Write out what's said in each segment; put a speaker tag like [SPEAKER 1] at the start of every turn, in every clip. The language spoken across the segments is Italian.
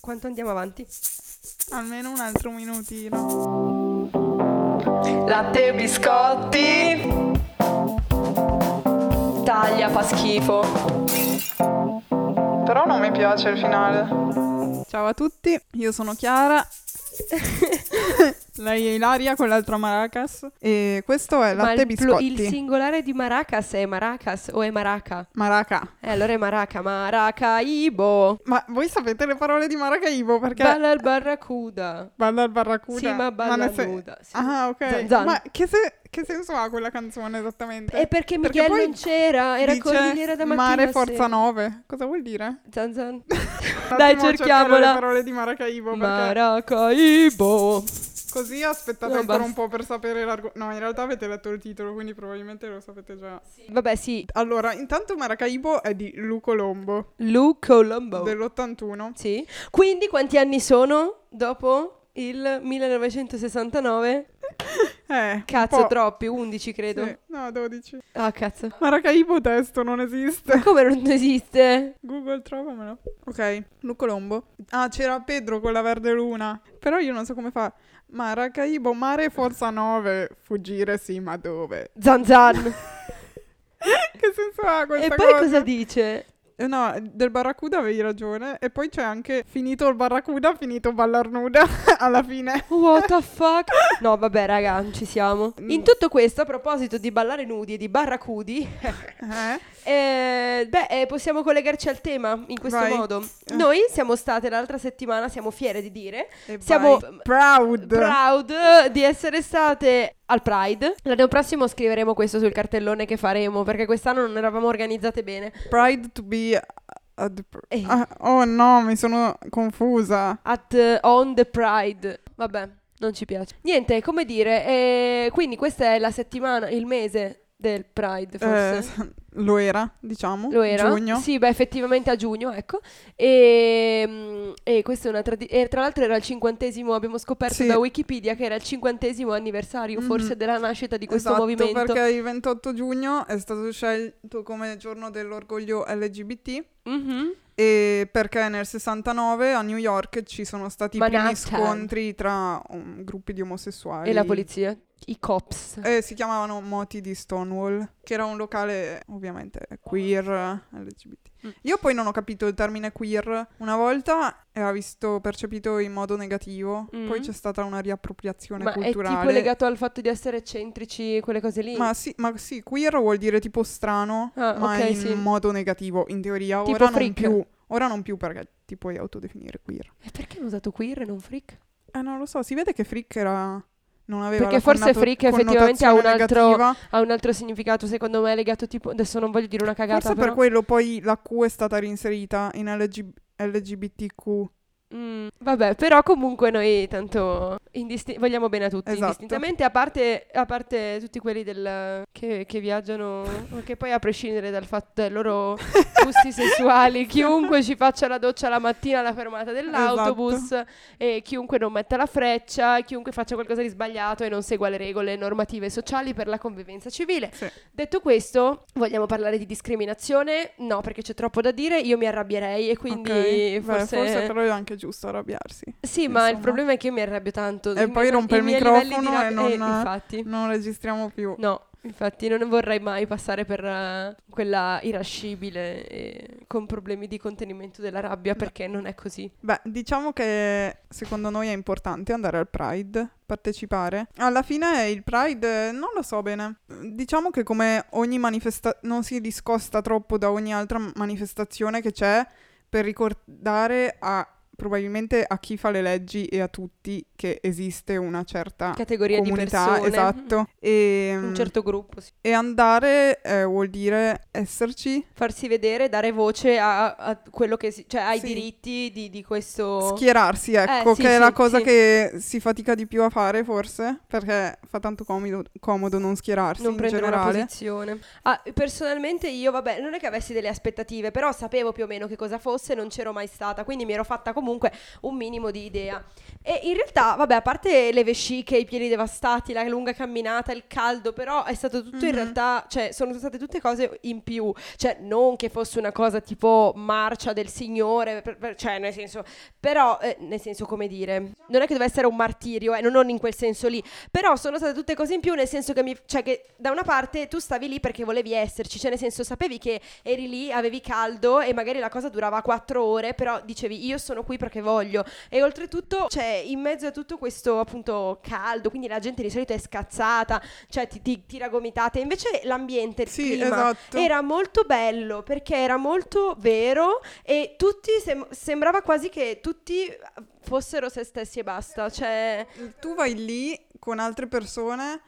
[SPEAKER 1] Quanto andiamo avanti?
[SPEAKER 2] Almeno un altro minutino.
[SPEAKER 3] Latte e biscotti. Taglia fa schifo.
[SPEAKER 2] Però non mi piace il finale. Ciao a tutti, io sono Chiara. Lei è Ilaria con l'altra Maracas. E questo è
[SPEAKER 1] Ma
[SPEAKER 2] Latte e
[SPEAKER 1] il plu-
[SPEAKER 2] Biscotti.
[SPEAKER 1] il singolare di Maracas è Maracas o è Maraca?
[SPEAKER 2] Maraca.
[SPEAKER 1] Eh, allora è Maraca, Maracaibo.
[SPEAKER 2] Ma voi sapete le parole di Maracaibo perché...
[SPEAKER 1] Balla al barracuda.
[SPEAKER 2] Balla il barracuda.
[SPEAKER 1] Sì, ma balla
[SPEAKER 2] ne se-
[SPEAKER 1] nuda, sì.
[SPEAKER 2] Ah, ok.
[SPEAKER 1] Zan, zan.
[SPEAKER 2] Ma che, se- che senso ha quella canzone esattamente?
[SPEAKER 1] E perché Miguel
[SPEAKER 2] poi
[SPEAKER 1] non c'era, era
[SPEAKER 2] dice
[SPEAKER 1] corrigliera da mattina a
[SPEAKER 2] Mare Forza
[SPEAKER 1] sera.
[SPEAKER 2] 9. Cosa vuol dire?
[SPEAKER 1] Zan zan.
[SPEAKER 2] Un
[SPEAKER 1] Dai,
[SPEAKER 2] attimo a cercare
[SPEAKER 1] cerchiamola.
[SPEAKER 2] le parole di Maracaibo perché
[SPEAKER 1] Maracaibo.
[SPEAKER 2] così aspettate
[SPEAKER 1] Non
[SPEAKER 2] ancora un
[SPEAKER 1] basta.
[SPEAKER 2] po' per sapere l'argomento. No, in realtà avete letto il titolo, quindi probabilmente lo sapete già.
[SPEAKER 1] Vabbè, sì,
[SPEAKER 2] Allora, intanto Maracaibo è di Lu Colombo
[SPEAKER 1] Lou Colombo.
[SPEAKER 2] dell'81.
[SPEAKER 1] Sì. Quindi quanti anni sono dopo il 1969?
[SPEAKER 2] Eh,
[SPEAKER 1] Cazzo,
[SPEAKER 2] un po'.
[SPEAKER 1] troppi, 11 credo.
[SPEAKER 2] Sì, No, 12.
[SPEAKER 1] Ah, cazzo.
[SPEAKER 2] Maracaibo testo non esiste.
[SPEAKER 1] Come non esiste?
[SPEAKER 2] Google trovamelo. Ok, Lu Colombo. Ah, c'era Pedro con la verde luna. Però io non so come fa. Maracaibo, mare forza 9. Fuggire sì, ma dove?
[SPEAKER 1] Zan zan.
[SPEAKER 2] che senso ha questa
[SPEAKER 1] e poi
[SPEAKER 2] cosa?
[SPEAKER 1] cosa dice?
[SPEAKER 2] Eh, No, del barracuda avevi ragione. E poi c'è anche finito il barracuda, finito ballar nuda alla fine.
[SPEAKER 1] What the fuck? Mm. No, vabbè, raga, non ci siamo. In tutto questo, a proposito di ballare nudi e di barracudi,
[SPEAKER 2] Eh?
[SPEAKER 1] eh, beh, eh, possiamo collegarci al tema in questo
[SPEAKER 2] Vai.
[SPEAKER 1] modo. Noi siamo state l'altra settimana, siamo fiere di dire,
[SPEAKER 2] E
[SPEAKER 1] Siamo
[SPEAKER 2] vai. proud.
[SPEAKER 1] proud di essere state al Pride. L'anno prossimo scriveremo questo sul cartellone che faremo, perché quest'anno non eravamo organizzate bene.
[SPEAKER 2] Pride to be... at-
[SPEAKER 1] Eh.
[SPEAKER 2] Ah, oh no, mi sono confusa.
[SPEAKER 1] At eh, On the Pride. Vabbè, non ci piace. Niente, come dire, eh, quindi questa è la settimana, il mese del Pride, forse.
[SPEAKER 2] Eh, lo era, diciamo.
[SPEAKER 1] Lo era?
[SPEAKER 2] Giugno.
[SPEAKER 1] Sì, beh, effettivamente a giugno, ecco. E, mm, e questa è una tradizione. E tra l'altro era il cinquantesimo, abbiamo scoperto
[SPEAKER 2] Sì.
[SPEAKER 1] da Wikipedia che era il cinquantesimo anniversario,
[SPEAKER 2] Mhm.
[SPEAKER 1] forse, della nascita di questo
[SPEAKER 2] Esatto,
[SPEAKER 1] movimento.
[SPEAKER 2] perché il 28 giugno è stato scelto come giorno dell'orgoglio LGBT
[SPEAKER 1] Mhm.
[SPEAKER 2] e perché nel 69 a New York ci sono stati i primi
[SPEAKER 1] Manhattan.
[SPEAKER 2] scontri tra um, gruppi di omosessuali.
[SPEAKER 1] E la polizia, i cops.
[SPEAKER 2] Eh, si chiamavano Moti di Stonewall, che era un locale ovviamente queer LGBT.
[SPEAKER 1] Mm.
[SPEAKER 2] Io poi non ho capito il termine queer. Una volta era visto percepito in modo negativo,
[SPEAKER 1] Mm.
[SPEAKER 2] poi c'è stata una riappropriazione
[SPEAKER 1] Ma
[SPEAKER 2] culturale.
[SPEAKER 1] è tipo legato al fatto di essere eccentrici, quelle cose lì.
[SPEAKER 2] Ma sì, ma sì, queer vuol dire tipo strano,
[SPEAKER 1] Ah,
[SPEAKER 2] ma
[SPEAKER 1] ok,
[SPEAKER 2] in
[SPEAKER 1] sì.
[SPEAKER 2] modo negativo, in teoria.
[SPEAKER 1] Tipo
[SPEAKER 2] ora non
[SPEAKER 1] freak.
[SPEAKER 2] più. Ora non più perché ti puoi autodefinire queer.
[SPEAKER 1] E perché hanno usato queer e non freak?
[SPEAKER 2] Eh, non lo so, si vede che freak era... Non aveva
[SPEAKER 1] Perché
[SPEAKER 2] la
[SPEAKER 1] forse
[SPEAKER 2] connoto-
[SPEAKER 1] freak effettivamente ha
[SPEAKER 2] connotazione
[SPEAKER 1] un altro-
[SPEAKER 2] negativa.
[SPEAKER 1] Ha un altro significato, secondo me, legato tipo... Adesso non voglio dire una cagata,
[SPEAKER 2] Forse per
[SPEAKER 1] però...
[SPEAKER 2] quello poi la Q è stata reinserita in LG LGBTQ.
[SPEAKER 1] Mm, vabbè, però comunque noi tanto indisti- vogliamo bene a tutti,
[SPEAKER 2] Esatto.
[SPEAKER 1] indistintamente, a parte, a parte tutti quelli del- che, che viaggiano, che poi a prescindere dal fatto dei loro gusti sessuali, chiunque ci faccia la doccia la mattina alla fermata dell'autobus,
[SPEAKER 2] Esatto.
[SPEAKER 1] e chiunque non metta la freccia, chiunque faccia qualcosa di sbagliato e non segua le regole normative e sociali per la convivenza civile.
[SPEAKER 2] Sì.
[SPEAKER 1] Detto questo, vogliamo parlare di discriminazione? No, perché c'è troppo da dire, io mi arrabbierei e quindi
[SPEAKER 2] Ok. Beh,
[SPEAKER 1] forse...
[SPEAKER 2] però è anche giusto arrabbiarsi.
[SPEAKER 1] Sì, ma il
[SPEAKER 2] Insomma.
[SPEAKER 1] problema è che io mi arrabbio tanto.
[SPEAKER 2] E
[SPEAKER 1] I
[SPEAKER 2] poi
[SPEAKER 1] miei-
[SPEAKER 2] rompe
[SPEAKER 1] i
[SPEAKER 2] il
[SPEAKER 1] miei livelli di
[SPEAKER 2] microfono
[SPEAKER 1] ra-
[SPEAKER 2] e non-
[SPEAKER 1] eh, infatti.
[SPEAKER 2] Non registriamo più.
[SPEAKER 1] No, infatti non vorrei mai passare per eh, quella irascibile e con problemi di contenimento della rabbia perché non è così.
[SPEAKER 2] Beh, diciamo che secondo noi è importante andare al Pride, partecipare. Alla fine il Pride eh, non lo so bene. Diciamo che come ogni manifestazione non si discosta troppo da ogni altra manifestazione che c'è per ricordare a probabilmente a chi fa le leggi e a tutti che esiste una certa
[SPEAKER 1] Categoria
[SPEAKER 2] comunità,
[SPEAKER 1] di persone. mm,
[SPEAKER 2] esatto. E,
[SPEAKER 1] Un certo gruppo, sì.
[SPEAKER 2] e andare eh, vuol dire esserci,
[SPEAKER 1] farsi vedere, dare voce a, a quello che si, cioè ai
[SPEAKER 2] Sì.
[SPEAKER 1] diritti di, di questo
[SPEAKER 2] schierarsi, ecco,
[SPEAKER 1] Oh. Eh, sì,
[SPEAKER 2] che è
[SPEAKER 1] sì,
[SPEAKER 2] la cosa
[SPEAKER 1] sì.
[SPEAKER 2] che si fatica di più a fare forse, perché fa tanto comodo, comodo non schierarsi
[SPEAKER 1] non
[SPEAKER 2] in
[SPEAKER 1] prendere una
[SPEAKER 2] generale.
[SPEAKER 1] posizione. Ah, personalmente io, vabbè, non è che avessi delle aspettative, però sapevo più o meno che cosa fosse, non c'ero mai stata, quindi mi ero fatta comunque un minimo di idea. E in realtà, vabbè, a parte le vesciche, i piedi devastati, la lunga camminata, il caldo, però è stato tutto in
[SPEAKER 2] Mhm.
[SPEAKER 1] realtà, cioè sono state tutte cose in più, cioè non che fosse una cosa tipo marcia del Signore, per- per- cioè nel senso, però, eh, nel senso come dire, non è che deve essere un martirio, eh, non, non in quel senso lì, però sono state tutte cose in più nel senso che, mi, cioè, che da una parte tu stavi lì perché volevi esserci, cioè nel senso sapevi che eri lì, avevi caldo e magari la cosa durava quattro ore, però dicevi io sono qui perché voglio. E oltretutto, cioè, in mezzo a tutto questo appunto caldo, quindi la gente di solito è scazzata, cioè ti, ti tira gomitate, invece l'ambiente, il
[SPEAKER 2] Sì,
[SPEAKER 1] clima,
[SPEAKER 2] esatto.
[SPEAKER 1] era molto bello perché era molto vero e tutti sem- sembrava quasi che tutti fossero se stessi e basta. Cioè,
[SPEAKER 2] Tu vai lì con altre persone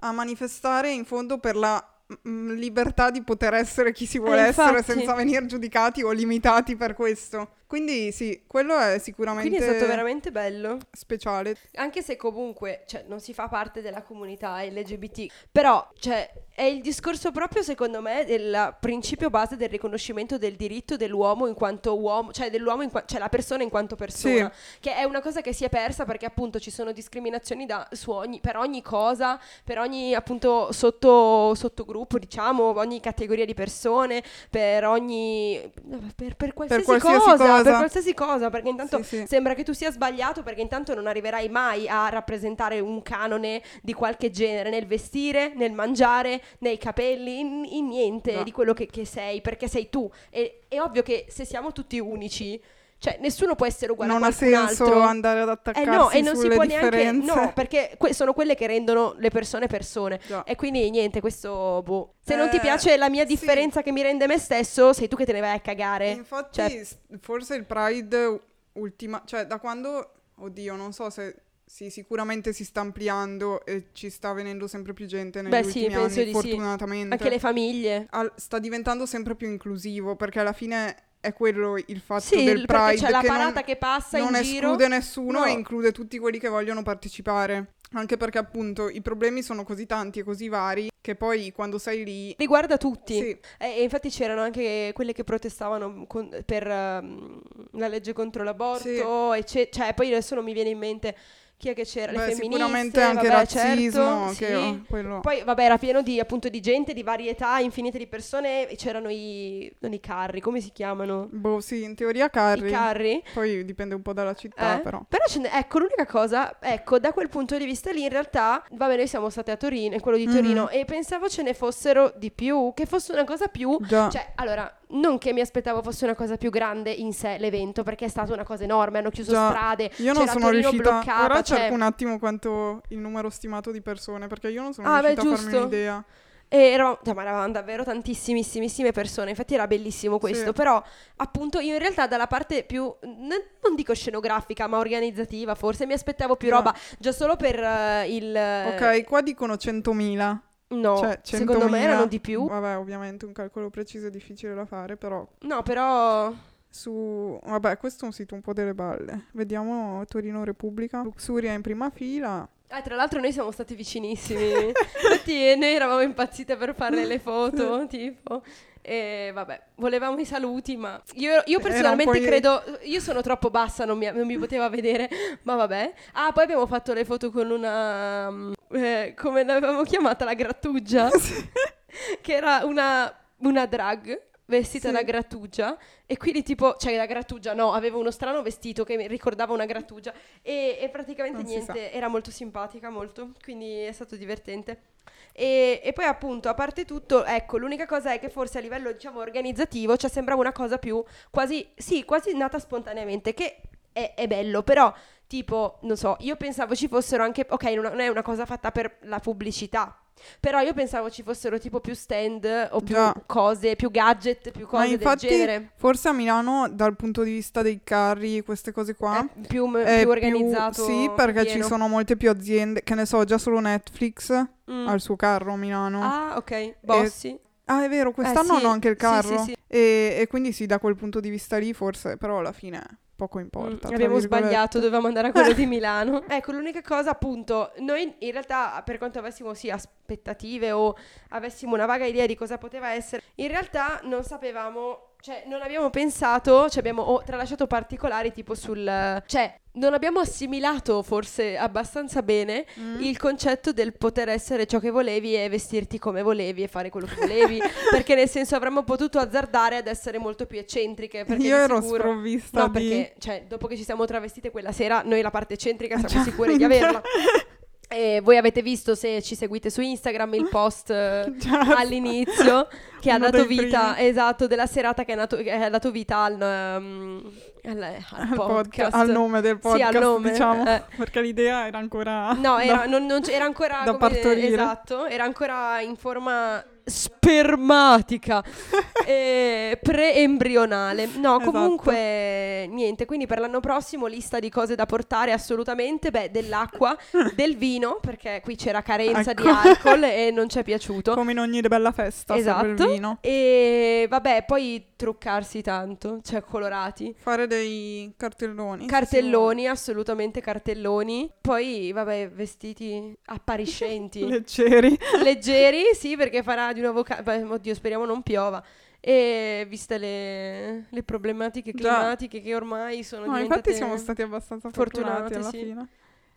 [SPEAKER 2] a manifestare in fondo per la mm, libertà di poter essere chi si vuole
[SPEAKER 1] Eh,
[SPEAKER 2] essere
[SPEAKER 1] infatti.
[SPEAKER 2] senza venire giudicati o limitati per questo. Quindi sì, quello è sicuramente
[SPEAKER 1] quindi è stato veramente bello.
[SPEAKER 2] speciale.
[SPEAKER 1] Anche se comunque cioè, non si fa parte della comunità LGBT, però cioè, è il discorso proprio secondo me del principio base del riconoscimento del diritto dell'uomo in quanto uomo, cioè dell'uomo in qua- cioè la persona in quanto persona, che è una cosa che si è persa perché appunto ci sono discriminazioni da- su ogni- per ogni cosa, per ogni appunto sotto- sottogruppo, diciamo, ogni categoria di persone, per ogni... per, per qualsiasi,
[SPEAKER 2] qualsiasi
[SPEAKER 1] cosa, per
[SPEAKER 2] cosa.
[SPEAKER 1] qualsiasi cosa, perché intanto
[SPEAKER 2] Sì, sì.
[SPEAKER 1] Sembra che tu sia sbagliato perché intanto non arriverai mai a rappresentare un canone di qualche genere nel vestire, nel mangiare, nei capelli, in, in niente
[SPEAKER 2] No.
[SPEAKER 1] di quello che, che sei, perché sei tu. E, è ovvio che se siamo tutti unici, cioè nessuno può essere uguale
[SPEAKER 2] non
[SPEAKER 1] a
[SPEAKER 2] ha
[SPEAKER 1] qualcun
[SPEAKER 2] senso
[SPEAKER 1] altro.
[SPEAKER 2] andare ad
[SPEAKER 1] eh
[SPEAKER 2] attaccarsi
[SPEAKER 1] no, e non si
[SPEAKER 2] sulle
[SPEAKER 1] può neanche.
[SPEAKER 2] differenze.
[SPEAKER 1] No, perché que- sono quelle che rendono le persone persone.
[SPEAKER 2] Già.
[SPEAKER 1] E quindi niente, questo boh. Se non ti
[SPEAKER 2] Eh,
[SPEAKER 1] piace la mia
[SPEAKER 2] sì.
[SPEAKER 1] differenza che mi rende me stesso, sei tu che te ne vai a cagare.
[SPEAKER 2] Infatti,
[SPEAKER 1] Cioè-
[SPEAKER 2] s- forse il Pride ultima, cioè da quando, oddio, non so se sì, sicuramente si sta ampliando e ci sta venendo sempre più gente negli
[SPEAKER 1] Beh, sì,
[SPEAKER 2] ultimi
[SPEAKER 1] penso di
[SPEAKER 2] anni,
[SPEAKER 1] sì.
[SPEAKER 2] fortunatamente.
[SPEAKER 1] Anche le famiglie.
[SPEAKER 2] Al- sta diventando sempre più inclusivo perché alla fine è quello il fatto
[SPEAKER 1] Sì,
[SPEAKER 2] del
[SPEAKER 1] il- perché
[SPEAKER 2] Pride
[SPEAKER 1] c'è la
[SPEAKER 2] che non-
[SPEAKER 1] parata che passa
[SPEAKER 2] non
[SPEAKER 1] in giro.
[SPEAKER 2] esclude nessuno
[SPEAKER 1] No.
[SPEAKER 2] e include tutti quelli che vogliono partecipare. Anche perché appunto i problemi sono così tanti e così vari che poi quando sei lì...
[SPEAKER 1] Riguarda tutti.
[SPEAKER 2] Sì,
[SPEAKER 1] E e infatti c'erano anche quelle che protestavano con- per ehm, la legge contro l'aborto, ecce- cioè poi adesso non mi viene in mente chi è che c'era, le
[SPEAKER 2] beh,
[SPEAKER 1] femministe,
[SPEAKER 2] sicuramente
[SPEAKER 1] vabbè,
[SPEAKER 2] anche razzismo,
[SPEAKER 1] certo,
[SPEAKER 2] che
[SPEAKER 1] sì.
[SPEAKER 2] oh, quello...
[SPEAKER 1] Poi vabbè era pieno di appunto di gente, di varietà, infinite di persone, e c'erano i non i carri, come si chiamano?
[SPEAKER 2] Boh, sì, in teoria carri.
[SPEAKER 1] I carri?
[SPEAKER 2] Poi dipende un po' dalla città,
[SPEAKER 1] Eh,
[SPEAKER 2] però.
[SPEAKER 1] ce ne- ecco, l'unica cosa, ecco, da quel punto di vista lì in realtà, vabbè, noi siamo state a Torino, in quello di
[SPEAKER 2] Mhm.
[SPEAKER 1] Torino, e pensavo ce ne fossero di più, che fosse una cosa più...
[SPEAKER 2] Già.
[SPEAKER 1] Cioè, allora, non che mi aspettavo fosse una cosa più grande in sé l'evento, perché è stata una cosa enorme, hanno chiuso
[SPEAKER 2] Già.
[SPEAKER 1] strade,
[SPEAKER 2] Io non
[SPEAKER 1] c'era
[SPEAKER 2] sono
[SPEAKER 1] Torino
[SPEAKER 2] riuscita.
[SPEAKER 1] bloccata,
[SPEAKER 2] Ora
[SPEAKER 1] cioè-
[SPEAKER 2] cerco un attimo quanto il numero stimato di persone, perché io non sono
[SPEAKER 1] Ah, beh,
[SPEAKER 2] riuscita a farmi
[SPEAKER 1] giusto.
[SPEAKER 2] un'idea.
[SPEAKER 1] E eravamo, cioè, ma eravamo davvero tantissimissime persone, infatti era bellissimo questo,
[SPEAKER 2] Sì.
[SPEAKER 1] però appunto io in realtà dalla parte più, n- non dico scenografica, ma organizzativa forse, mi aspettavo più
[SPEAKER 2] No.
[SPEAKER 1] roba, già solo per eh, il...
[SPEAKER 2] Ok, qua dicono 100.000.
[SPEAKER 1] No,
[SPEAKER 2] cioè, 100.000.
[SPEAKER 1] secondo me erano di più.
[SPEAKER 2] Vabbè, ovviamente un calcolo preciso è difficile da fare, però
[SPEAKER 1] No, però
[SPEAKER 2] su vabbè, questo è un sito un po' delle balle. Vediamo Torino Repubblica, Luxuria in prima fila.
[SPEAKER 1] Ah, tra l'altro noi siamo stati vicinissimi. Infatti eh, noi eravamo impazzite per fare le foto, tipo. E vabbè, volevamo i saluti, ma io, io
[SPEAKER 2] un
[SPEAKER 1] personalmente
[SPEAKER 2] po' i-
[SPEAKER 1] credo... Io sono troppo bassa, non mi, non mi poteva vedere, ma vabbè. Ah, poi abbiamo fatto le foto con una... mm, eh, come l'avevamo chiamata? La grattugia. che era una, una drag vestita
[SPEAKER 2] Sì.
[SPEAKER 1] da grattugia e quindi tipo cioè la grattugia no aveva uno strano vestito che mi ricordava una grattugia e, e praticamente
[SPEAKER 2] Non si
[SPEAKER 1] niente era molto simpatica molto quindi è stato divertente e, e poi appunto a parte tutto ecco l'unica cosa è che forse a livello diciamo organizzativo cioè sembrava una cosa più quasi sì quasi nata spontaneamente che è, è bello però tipo non so io pensavo ci fossero anche ok non non è una cosa fatta per la pubblicità però io pensavo ci fossero tipo più stand o più
[SPEAKER 2] Già.
[SPEAKER 1] cose, più gadget, più
[SPEAKER 2] Ma
[SPEAKER 1] cose
[SPEAKER 2] infatti,
[SPEAKER 1] del genere.
[SPEAKER 2] forse a Milano, dal punto di vista dei carri, queste cose qua,
[SPEAKER 1] È più, Eh, più
[SPEAKER 2] è Eh, più-
[SPEAKER 1] organizzato.
[SPEAKER 2] sì, perché ci
[SPEAKER 1] pieno.
[SPEAKER 2] sono molte più aziende. Che ne so, già solo Netflix
[SPEAKER 1] Mm.
[SPEAKER 2] ha il suo carro a Milano. Ah,
[SPEAKER 1] Ah, ok. Bossi. Mm,
[SPEAKER 2] è vero, quest'anno
[SPEAKER 1] sì,
[SPEAKER 2] hanno anche il
[SPEAKER 1] sì, sì,
[SPEAKER 2] carro.
[SPEAKER 1] sì.
[SPEAKER 2] E, e quindi sì, da quel punto di vista lì, forse, però alla fine poco
[SPEAKER 1] Mm,
[SPEAKER 2] importa. tra
[SPEAKER 1] abbiamo
[SPEAKER 2] virgolette.
[SPEAKER 1] sbagliato, dovevamo andare a quello di Milano. Ecco, l'unica cosa, appunto, noi in realtà, per quanto avessimo sì aspettative o avessimo una vaga idea di cosa poteva essere, in realtà non sapevamo. Cioè, non abbiamo pensato, cioè abbiamo oh, tralasciato particolari tipo sul... Cioè, non abbiamo assimilato forse abbastanza bene
[SPEAKER 2] Mm.
[SPEAKER 1] il concetto del poter essere ciò che volevi e vestirti come volevi e fare quello che volevi. perché nel senso avremmo potuto azzardare ad essere molto più eccentriche. Perché
[SPEAKER 2] Io
[SPEAKER 1] di
[SPEAKER 2] ero
[SPEAKER 1] sicuro...
[SPEAKER 2] sprovvista
[SPEAKER 1] No,
[SPEAKER 2] di...
[SPEAKER 1] perché cioè, dopo che ci siamo travestite quella sera, noi la parte eccentrica siamo
[SPEAKER 2] Cioè,
[SPEAKER 1] sicuri di averla. E voi avete visto se ci seguite su Instagram il post eh,
[SPEAKER 2] Già.
[SPEAKER 1] all'inizio che ha
[SPEAKER 2] Uno
[SPEAKER 1] dato
[SPEAKER 2] dei
[SPEAKER 1] vita, esatto, della serata che è nato- che ha dato vita al, ehm, al- al
[SPEAKER 2] al,
[SPEAKER 1] podcast.
[SPEAKER 2] podcast, al nome del
[SPEAKER 1] Sì, al
[SPEAKER 2] podcast,
[SPEAKER 1] nome,
[SPEAKER 2] diciamo,
[SPEAKER 1] eh.
[SPEAKER 2] perché l'idea era ancora...
[SPEAKER 1] No,
[SPEAKER 2] da-
[SPEAKER 1] era, non- non c- era ancora
[SPEAKER 2] da
[SPEAKER 1] come-
[SPEAKER 2] partorire.
[SPEAKER 1] Esatto, era ancora in forma spermatica e preembrionale. No,
[SPEAKER 2] Esatto.
[SPEAKER 1] comunque niente, quindi per l'anno prossimo lista di cose da portare assolutamente, beh, dell'acqua, del vino, perché qui c'era carenza di
[SPEAKER 2] Ecco.
[SPEAKER 1] alcol e non ci è piaciuto.
[SPEAKER 2] come in ogni bella festa, serve il
[SPEAKER 1] Esatto.
[SPEAKER 2] vino.
[SPEAKER 1] E vabbè, poi truccarsi tanto, cioè colorati.
[SPEAKER 2] Fare dei cartelloni.
[SPEAKER 1] Cartelloni, assolutamente cartelloni. Poi, vabbè, vestiti appariscenti.
[SPEAKER 2] Leggeri.
[SPEAKER 1] leggeri, sì, perché farà di nuovo ca- beh, oddio, speriamo non piova. E viste le, le problematiche
[SPEAKER 2] Già.
[SPEAKER 1] climatiche che ormai sono
[SPEAKER 2] No,
[SPEAKER 1] diventate
[SPEAKER 2] infatti siamo stati abbastanza
[SPEAKER 1] fortunate,
[SPEAKER 2] fortunati, alla
[SPEAKER 1] sì.
[SPEAKER 2] fine.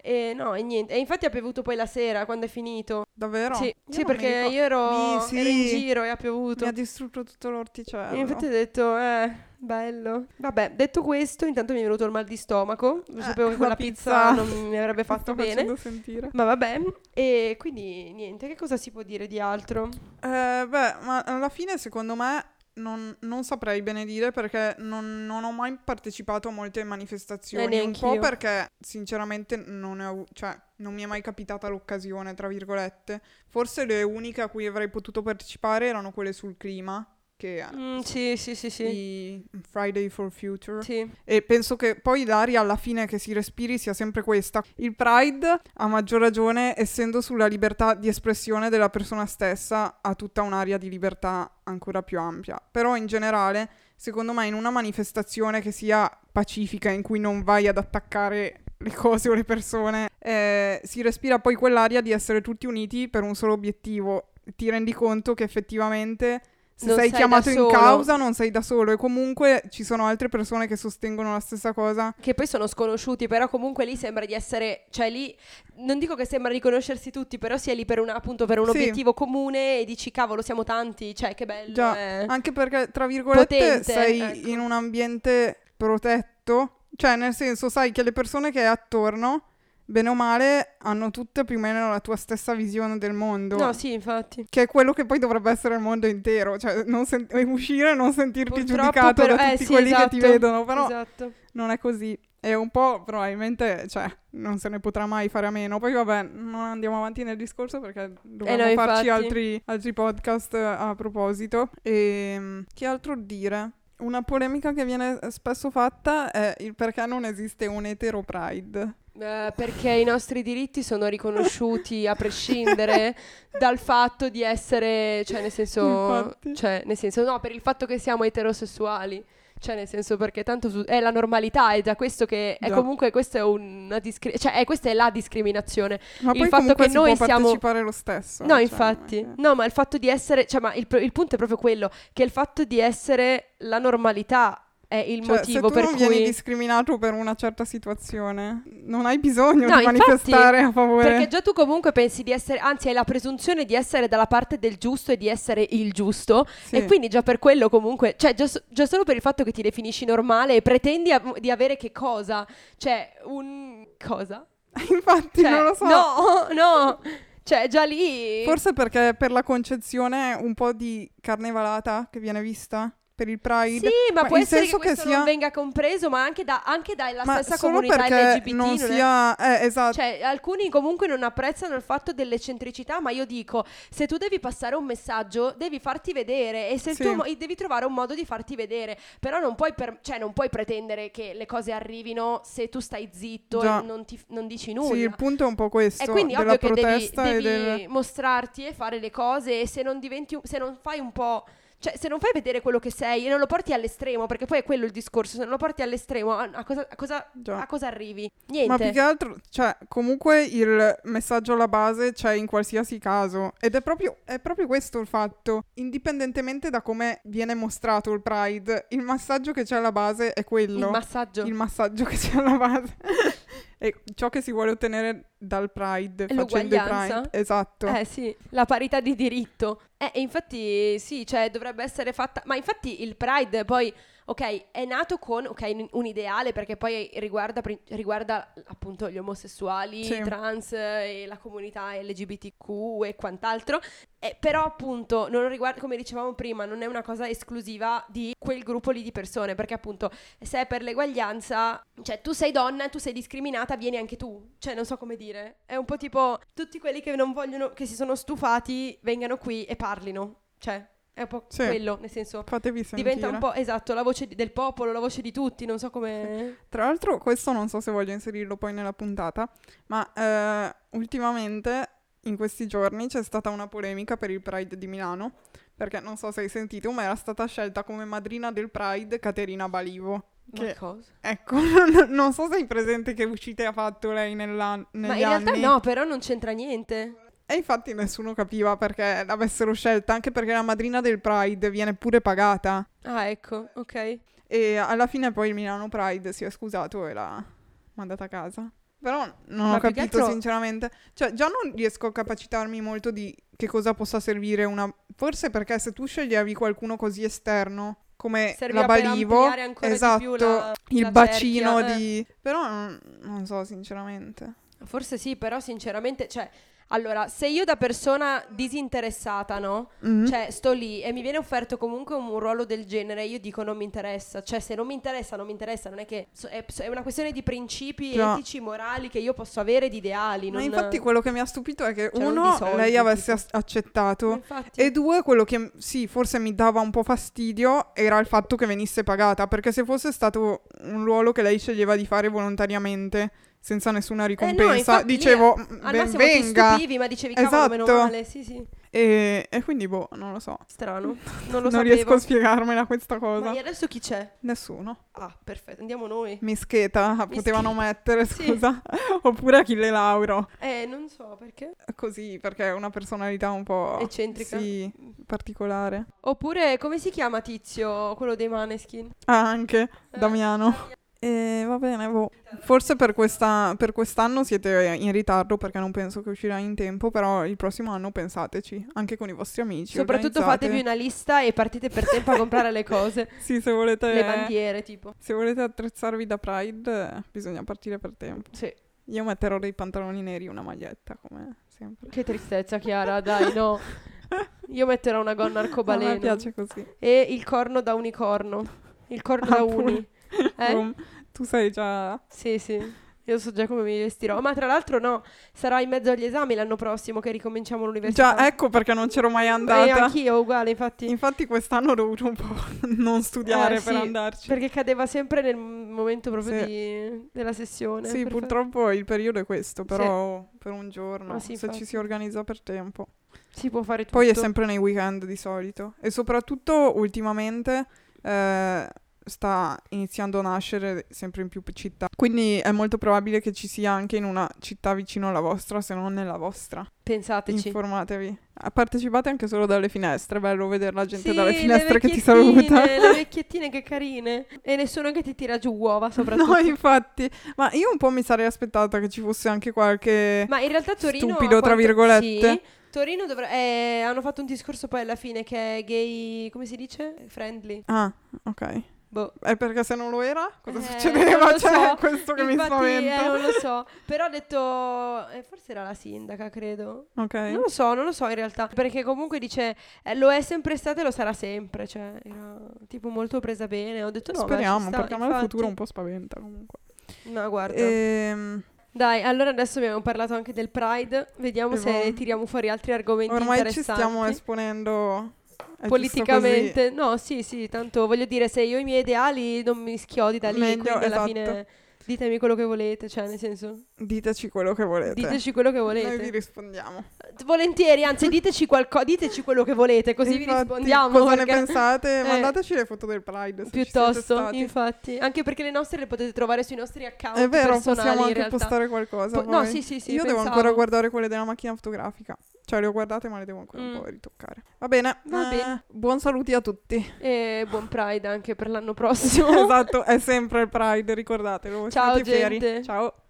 [SPEAKER 1] E no, e niente. E infatti ha piovuto poi la sera quando è finito.
[SPEAKER 2] Davvero?
[SPEAKER 1] Sì,
[SPEAKER 2] Io
[SPEAKER 1] sì,
[SPEAKER 2] non mi
[SPEAKER 1] perché
[SPEAKER 2] ricordo.
[SPEAKER 1] io ero,
[SPEAKER 2] Mi- sì.
[SPEAKER 1] ero in giro e ha piovuto.
[SPEAKER 2] Mi ha distrutto tutto l'orticello.
[SPEAKER 1] E infatti ho detto, eh, bello. Vabbè, detto questo, intanto mi è venuto il mal di stomaco. Sapevo che
[SPEAKER 2] Eh, la
[SPEAKER 1] quella pizza,
[SPEAKER 2] pizza
[SPEAKER 1] non mi avrebbe fatto
[SPEAKER 2] Sto
[SPEAKER 1] bene.
[SPEAKER 2] facendo sentire.
[SPEAKER 1] Ma vabbè, e quindi niente, che cosa si può dire di altro?
[SPEAKER 2] Eh, beh, ma alla fine secondo me non, non saprei bene dire perché non, non ho mai partecipato a molte
[SPEAKER 1] Eh,
[SPEAKER 2] manifestazioni. un
[SPEAKER 1] neanch'io.
[SPEAKER 2] po' perché sinceramente non, ne ho avu- cioè, non mi è mai capitata l'occasione, tra virgolette. Forse le uniche a cui avrei potuto partecipare erano quelle sul clima, che
[SPEAKER 1] Mm, sì, sì, sì, sì.
[SPEAKER 2] i Friday for Future.
[SPEAKER 1] Sì.
[SPEAKER 2] E penso che poi l'aria alla fine che si respiri sia sempre questa. Il Pride, a maggior ragione, essendo sulla libertà di espressione della persona stessa, ha tutta un'area di libertà ancora più ampia. Però in generale, secondo me, in una manifestazione che sia pacifica, in cui non vai ad attaccare le cose o le persone, eh, si respira poi quell'aria di essere tutti uniti per un solo obiettivo. Ti rendi conto che effettivamente se
[SPEAKER 1] Non sei
[SPEAKER 2] sei
[SPEAKER 1] da
[SPEAKER 2] chiamato in
[SPEAKER 1] solo.
[SPEAKER 2] causa non sei da solo e comunque ci sono altre persone che sostengono la stessa cosa.
[SPEAKER 1] Che poi sono sconosciuti, però comunque lì sembra di essere, cioè lì, non dico che sembra riconoscersi tutti, però si è lì per, una, appunto, per un
[SPEAKER 2] Sì.
[SPEAKER 1] obiettivo comune e dici cavolo siamo tanti, cioè che bello.
[SPEAKER 2] Già,
[SPEAKER 1] eh.
[SPEAKER 2] anche perché tra virgolette
[SPEAKER 1] Potente,
[SPEAKER 2] sei
[SPEAKER 1] ecco.
[SPEAKER 2] in un ambiente protetto, cioè nel senso sai che le persone che hai attorno, bene o male, hanno tutte più o meno la tua stessa visione del mondo.
[SPEAKER 1] No, sì, infatti.
[SPEAKER 2] Che è quello che poi dovrebbe essere il mondo intero, cioè non sen- uscire e non sentirti
[SPEAKER 1] Purtroppo
[SPEAKER 2] giudicato
[SPEAKER 1] però-
[SPEAKER 2] da
[SPEAKER 1] eh,
[SPEAKER 2] tutti
[SPEAKER 1] sì,
[SPEAKER 2] quelli
[SPEAKER 1] esatto,
[SPEAKER 2] che ti vedono, però
[SPEAKER 1] Esatto.
[SPEAKER 2] non è così. E un po' probabilmente, cioè, non se ne potrà mai fare a meno. Poi vabbè, non andiamo avanti nel discorso perché dovremmo
[SPEAKER 1] Eh no, infatti.
[SPEAKER 2] farci altri, altri podcast eh, a proposito. E che altro dire? Una polemica che viene spesso fatta è il perché non esiste un etero pride.
[SPEAKER 1] Eh, perché i nostri diritti sono riconosciuti a prescindere dal fatto di essere, cioè nel senso,
[SPEAKER 2] Infatti.
[SPEAKER 1] cioè, nel senso no, per il fatto che siamo eterosessuali. Cioè, nel senso, perché tanto su- è la normalità, è da questo che è
[SPEAKER 2] Già.
[SPEAKER 1] comunque questa è una discri- cioè, è- questa è la discriminazione.
[SPEAKER 2] Ma
[SPEAKER 1] Il
[SPEAKER 2] poi
[SPEAKER 1] fatto
[SPEAKER 2] comunque
[SPEAKER 1] che
[SPEAKER 2] si
[SPEAKER 1] noi
[SPEAKER 2] può
[SPEAKER 1] siamo-
[SPEAKER 2] partecipare lo stesso.
[SPEAKER 1] No,
[SPEAKER 2] cioè,
[SPEAKER 1] infatti,
[SPEAKER 2] non è che-
[SPEAKER 1] no, ma il fatto di essere, cioè, ma il, pro- il punto è proprio quello, che il fatto di essere la normalità è il
[SPEAKER 2] Cioè, se
[SPEAKER 1] motivo
[SPEAKER 2] tu
[SPEAKER 1] per
[SPEAKER 2] non
[SPEAKER 1] cui...
[SPEAKER 2] vieni discriminato per una certa situazione, non hai bisogno
[SPEAKER 1] No,
[SPEAKER 2] di
[SPEAKER 1] infatti,
[SPEAKER 2] manifestare a favore.
[SPEAKER 1] Perché già tu comunque pensi di essere, anzi hai la presunzione di essere dalla parte del giusto e di essere il giusto
[SPEAKER 2] Sì.
[SPEAKER 1] e quindi già per quello comunque, cioè già, so- già solo per il fatto che ti definisci normale e pretendi av- di avere che cosa? Cioè un... cosa?
[SPEAKER 2] Infatti,
[SPEAKER 1] Cioè,
[SPEAKER 2] non lo so.
[SPEAKER 1] No, no, cioè già lì...
[SPEAKER 2] Forse perché per la concezione un po' di carnevalata che viene vista per il Pride.
[SPEAKER 1] Sì, ma,
[SPEAKER 2] Ma
[SPEAKER 1] può
[SPEAKER 2] il
[SPEAKER 1] essere che
[SPEAKER 2] senso che
[SPEAKER 1] questo non
[SPEAKER 2] sia-
[SPEAKER 1] venga compreso, ma anche, da- anche dalla
[SPEAKER 2] ma
[SPEAKER 1] stessa
[SPEAKER 2] solo
[SPEAKER 1] comunità
[SPEAKER 2] perché
[SPEAKER 1] LGBT.
[SPEAKER 2] non
[SPEAKER 1] è-
[SPEAKER 2] sia... Eh, esatto.
[SPEAKER 1] Cioè, alcuni comunque non apprezzano il fatto dell'eccentricità, ma io dico, se tu devi passare un messaggio, devi farti vedere e se
[SPEAKER 2] Sì.
[SPEAKER 1] tu mo- devi trovare un modo di farti vedere, però non puoi, per- cioè, non puoi pretendere che le cose arrivino se tu stai zitto
[SPEAKER 2] Già.
[SPEAKER 1] e non, ti- non dici
[SPEAKER 2] sì, il
[SPEAKER 1] nulla.
[SPEAKER 2] punto è un po' questo.
[SPEAKER 1] e quindi
[SPEAKER 2] della
[SPEAKER 1] ovvio che devi,
[SPEAKER 2] protesta e
[SPEAKER 1] devi
[SPEAKER 2] del...
[SPEAKER 1] mostrarti e fare le cose e se non diventi un- se non fai un po' Cioè, se non fai vedere quello che sei e non lo porti all'estremo, perché poi è quello il discorso, se non lo porti all'estremo, a, a cosa, a cosa-
[SPEAKER 2] Già.
[SPEAKER 1] a cosa arrivi? Niente.
[SPEAKER 2] Ma più che altro, cioè, comunque il messaggio alla base c'è in qualsiasi caso. Ed è proprio, è proprio questo il fatto. Indipendentemente da come viene mostrato il Pride, il messaggio che c'è alla base è quello.
[SPEAKER 1] il massaggio.
[SPEAKER 2] Il massaggio che c'è alla base. e ciò che si vuole ottenere dal Pride,
[SPEAKER 1] È
[SPEAKER 2] facendo il
[SPEAKER 1] l'uguaglianza?
[SPEAKER 2] Pride. Esatto.
[SPEAKER 1] Eh sì, la parità di diritto. Eh, e infatti sì, cioè dovrebbe essere fatta... Ma infatti il Pride poi, ok, è nato con ok, un- un ideale perché poi riguarda, pri- riguarda appunto gli omosessuali,
[SPEAKER 2] Sì.
[SPEAKER 1] i trans eh, e la comunità LGBTQ e quant'altro. Eh, però appunto non riguarda, come dicevamo prima, non è una cosa esclusiva di quel gruppo lì di persone perché appunto se è per l'eguaglianza, cioè tu sei donna, tu sei discriminata, vieni anche tu. Cioè, non so come dire. È un po' tipo tutti quelli che non vogliono, che si sono stufati, vengano qui e parlino. Cioè, è un po'
[SPEAKER 2] Sì.
[SPEAKER 1] quello, nel senso.
[SPEAKER 2] Fatevi sentire.
[SPEAKER 1] Diventa un po' esatto, la voce di- del popolo, la voce di tutti, non so come.
[SPEAKER 2] Tra l'altro, questo non so se voglio inserirlo poi nella puntata, ma eh, ultimamente, in questi giorni, c'è stata una polemica per il Pride di Milano, perché non so se hai sentito, ma era stata scelta come madrina del Pride Caterina Balivo.
[SPEAKER 1] Ma
[SPEAKER 2] Che,
[SPEAKER 1] cosa?
[SPEAKER 2] ecco, non, non so se hai presente che uscite ha fatto lei nella, negli
[SPEAKER 1] Ma in realtà
[SPEAKER 2] anni.
[SPEAKER 1] no, però non c'entra niente.
[SPEAKER 2] E infatti nessuno capiva perché l'avessero scelta, anche perché la madrina del Pride viene pure pagata.
[SPEAKER 1] Ah, ecco,
[SPEAKER 2] Eh,
[SPEAKER 1] ok.
[SPEAKER 2] E alla fine poi il Milano Pride si è scusato e l'ha mandata a casa. Però non
[SPEAKER 1] Ma
[SPEAKER 2] ho
[SPEAKER 1] più che
[SPEAKER 2] capito
[SPEAKER 1] altro-
[SPEAKER 2] sinceramente. Cioè già non riesco a capacitarmi molto di che cosa possa servire una... Forse perché se tu sceglievi qualcuno così esterno come
[SPEAKER 1] Serviva
[SPEAKER 2] la
[SPEAKER 1] per
[SPEAKER 2] Balivo,
[SPEAKER 1] ampliare ancora di
[SPEAKER 2] esatto,
[SPEAKER 1] più la-
[SPEAKER 2] il
[SPEAKER 1] la
[SPEAKER 2] bacino
[SPEAKER 1] cerchia, eh.
[SPEAKER 2] di... Però non, non so sinceramente.
[SPEAKER 1] Forse sì, però sinceramente, cioè, allora, se io da persona disinteressata, no?
[SPEAKER 2] Mhm.
[SPEAKER 1] Cioè, sto lì e mi viene offerto comunque un ruolo del genere, io dico non mi interessa. Cioè, se non mi interessa, non mi interessa, non è che so- è, so- è una questione di principi
[SPEAKER 2] Già.
[SPEAKER 1] etici, morali che io posso avere, di ideali.
[SPEAKER 2] Ma
[SPEAKER 1] non-
[SPEAKER 2] infatti quello che mi ha stupito è che
[SPEAKER 1] Cioè, non
[SPEAKER 2] uno
[SPEAKER 1] di soldi,
[SPEAKER 2] lei
[SPEAKER 1] tipo.
[SPEAKER 2] avesse as- accettato
[SPEAKER 1] Infatti.
[SPEAKER 2] E due, quello che sì, forse mi dava un po' fastidio era il fatto che venisse pagata, perché se fosse stato un ruolo che lei sceglieva di fare volontariamente, senza nessuna ricompensa,
[SPEAKER 1] Eh, infatti, lì
[SPEAKER 2] dicevo, mm,
[SPEAKER 1] al
[SPEAKER 2] "Ben
[SPEAKER 1] massimo ti
[SPEAKER 2] venga.
[SPEAKER 1] stupivi, ma dicevi cavolo, meno
[SPEAKER 2] Esatto.
[SPEAKER 1] male. Sì, sì.
[SPEAKER 2] E, e quindi, boh, non lo so.
[SPEAKER 1] Strano. Non lo
[SPEAKER 2] non
[SPEAKER 1] sapevo.
[SPEAKER 2] riesco a spiegarmela questa
[SPEAKER 1] Ma
[SPEAKER 2] cosa.
[SPEAKER 1] e adesso chi c'è?
[SPEAKER 2] Nessuno.
[SPEAKER 1] Ah, perfetto, andiamo noi.
[SPEAKER 2] Mischeta, potevano mettere,
[SPEAKER 1] Sì.
[SPEAKER 2] scusa. Oppure Achille Lauro.
[SPEAKER 1] Eh, non so perché.
[SPEAKER 2] Così, perché è una personalità un po'...
[SPEAKER 1] Eccentrica.
[SPEAKER 2] Sì, particolare.
[SPEAKER 1] Oppure come si chiama Tizio, quello dei Maneskin?
[SPEAKER 2] Ah, anche
[SPEAKER 1] Eh.
[SPEAKER 2] Damiano. E va bene, boh. forse per, questa- per quest'anno siete in ritardo perché non penso che uscirà in tempo, però il prossimo anno pensateci, anche con i vostri amici.
[SPEAKER 1] Eh, Soprattutto
[SPEAKER 2] organizzate.
[SPEAKER 1] fatevi una lista e partite per tempo a comprare le cose.
[SPEAKER 2] Sì, se volete,
[SPEAKER 1] Le bandiere, tipo.
[SPEAKER 2] se volete attrezzarvi da Pride eh, bisogna partire per tempo.
[SPEAKER 1] Sì.
[SPEAKER 2] Io metterò dei pantaloni neri e una maglietta, come sempre.
[SPEAKER 1] Che tristezza, Chiara, dai, no. Io metterò una gonna
[SPEAKER 2] A me
[SPEAKER 1] arcobaleno
[SPEAKER 2] piace così.
[SPEAKER 1] e il corno da unicorno. Il corno da
[SPEAKER 2] Ah, pure.
[SPEAKER 1] uni. Eh?
[SPEAKER 2] Boom. Tu sei già...
[SPEAKER 1] Sì, sì. Io so già come mi vestirò. Ma tra l'altro no, sarà in mezzo agli esami l'anno prossimo che ricominciamo l'università.
[SPEAKER 2] Già, ecco perché non c'ero mai
[SPEAKER 1] E
[SPEAKER 2] andata.
[SPEAKER 1] Eh, anch'io uguale, infatti.
[SPEAKER 2] Infatti quest'anno ho dovuto un po' non studiare
[SPEAKER 1] Eh,
[SPEAKER 2] per
[SPEAKER 1] sì,
[SPEAKER 2] andarci.
[SPEAKER 1] Perché cadeva sempre nel momento proprio
[SPEAKER 2] Sì.
[SPEAKER 1] di- della sessione.
[SPEAKER 2] Sì,
[SPEAKER 1] Eh, Perfetto.
[SPEAKER 2] purtroppo il periodo è questo, però per un giorno,
[SPEAKER 1] Ah, sì,
[SPEAKER 2] se
[SPEAKER 1] infatti.
[SPEAKER 2] ci si organizza per tempo.
[SPEAKER 1] Si può fare tutto.
[SPEAKER 2] Poi è sempre nei weekend di solito e soprattutto ultimamente eh, sta iniziando a nascere sempre in più città, quindi è molto probabile che ci sia anche in una città vicino alla vostra, se non nella vostra.
[SPEAKER 1] Pensateci.
[SPEAKER 2] Informatevi. Ah, Partecipate anche solo dalle finestre, è bello vedere la gente
[SPEAKER 1] Sì,
[SPEAKER 2] dalle
[SPEAKER 1] le
[SPEAKER 2] finestre che ti
[SPEAKER 1] vecchiettine,
[SPEAKER 2] saluta.
[SPEAKER 1] Le vecchiettine che carine. E nessuno che ti tira giù uova, soprattutto.
[SPEAKER 2] No, infatti, ma io un po' mi sarei aspettata che ci fosse anche qualche...
[SPEAKER 1] Ma in realtà Torino...
[SPEAKER 2] eh, Stupido,
[SPEAKER 1] a
[SPEAKER 2] tra virgolette.
[SPEAKER 1] sì, Torino dovrà... eh, hanno fatto un discorso poi alla fine che è gay... Come si dice? Friendly.
[SPEAKER 2] Ah, ok.
[SPEAKER 1] Boh.
[SPEAKER 2] È perché se non lo era, cosa
[SPEAKER 1] Eh, non
[SPEAKER 2] succedeva?
[SPEAKER 1] lo
[SPEAKER 2] Cioè,
[SPEAKER 1] so.
[SPEAKER 2] è questo che mi
[SPEAKER 1] Infatti,
[SPEAKER 2] spaventa.
[SPEAKER 1] eh, non lo so. Però ha detto... eh, forse era la sindaca, credo.
[SPEAKER 2] Ok.
[SPEAKER 1] Non lo so, non lo so in realtà. Perché comunque dice... eh, lo è sempre stata e lo sarà sempre. Cioè, era tipo molto presa bene. Ho detto no, ma ci
[SPEAKER 2] Speriamo,
[SPEAKER 1] sta,
[SPEAKER 2] perché a me il
[SPEAKER 1] infatti.
[SPEAKER 2] futuro un po' spaventa comunque.
[SPEAKER 1] No, guarda.
[SPEAKER 2] Ehm,
[SPEAKER 1] Dai, allora adesso abbiamo parlato anche del Pride, vediamo se
[SPEAKER 2] Evolve.
[SPEAKER 1] tiriamo fuori altri argomenti
[SPEAKER 2] ormai ci
[SPEAKER 1] interessanti.
[SPEAKER 2] stiamo esponendo è giusto
[SPEAKER 1] politicamente. No, sì, sì, tanto voglio dire, se io ho i miei ideali non mi schiodi da lì,
[SPEAKER 2] Meglio,
[SPEAKER 1] quindi alla
[SPEAKER 2] esatto.
[SPEAKER 1] fine
[SPEAKER 2] così.
[SPEAKER 1] Ditemi quello che volete, cioè nel senso,
[SPEAKER 2] Diteci quello che volete.
[SPEAKER 1] diteci quello che
[SPEAKER 2] Noi vi
[SPEAKER 1] volete.
[SPEAKER 2] rispondiamo.
[SPEAKER 1] Volentieri, anzi diteci qualcosa, diteci quello che volete, così vi
[SPEAKER 2] Infatti,
[SPEAKER 1] rispondiamo.
[SPEAKER 2] Cosa
[SPEAKER 1] perché-
[SPEAKER 2] ne pensate?
[SPEAKER 1] eh.
[SPEAKER 2] Mandateci le foto del Pride. se ci siete
[SPEAKER 1] Piuttosto,
[SPEAKER 2] stati.
[SPEAKER 1] infatti. Anche perché le nostre le potete trovare sui nostri account
[SPEAKER 2] È vero,
[SPEAKER 1] personali
[SPEAKER 2] possiamo
[SPEAKER 1] in
[SPEAKER 2] anche
[SPEAKER 1] realtà.
[SPEAKER 2] postare qualcosa.
[SPEAKER 1] Po- no,
[SPEAKER 2] poi.
[SPEAKER 1] sì, sì, sì,
[SPEAKER 2] Io devo
[SPEAKER 1] pensavo.
[SPEAKER 2] ancora guardare quelle della macchina fotografica. Cioè, le ho guardate, ma le devo ancora un
[SPEAKER 1] Mm.
[SPEAKER 2] po' ritoccare. Va bene.
[SPEAKER 1] Va
[SPEAKER 2] eh,
[SPEAKER 1] bene.
[SPEAKER 2] buon saluti a tutti.
[SPEAKER 1] E buon Pride anche per l'anno prossimo.
[SPEAKER 2] esatto, è sempre il Pride, ricordatelo.
[SPEAKER 1] Ciao,
[SPEAKER 2] siete fieri.
[SPEAKER 1] gente.
[SPEAKER 2] Ciao.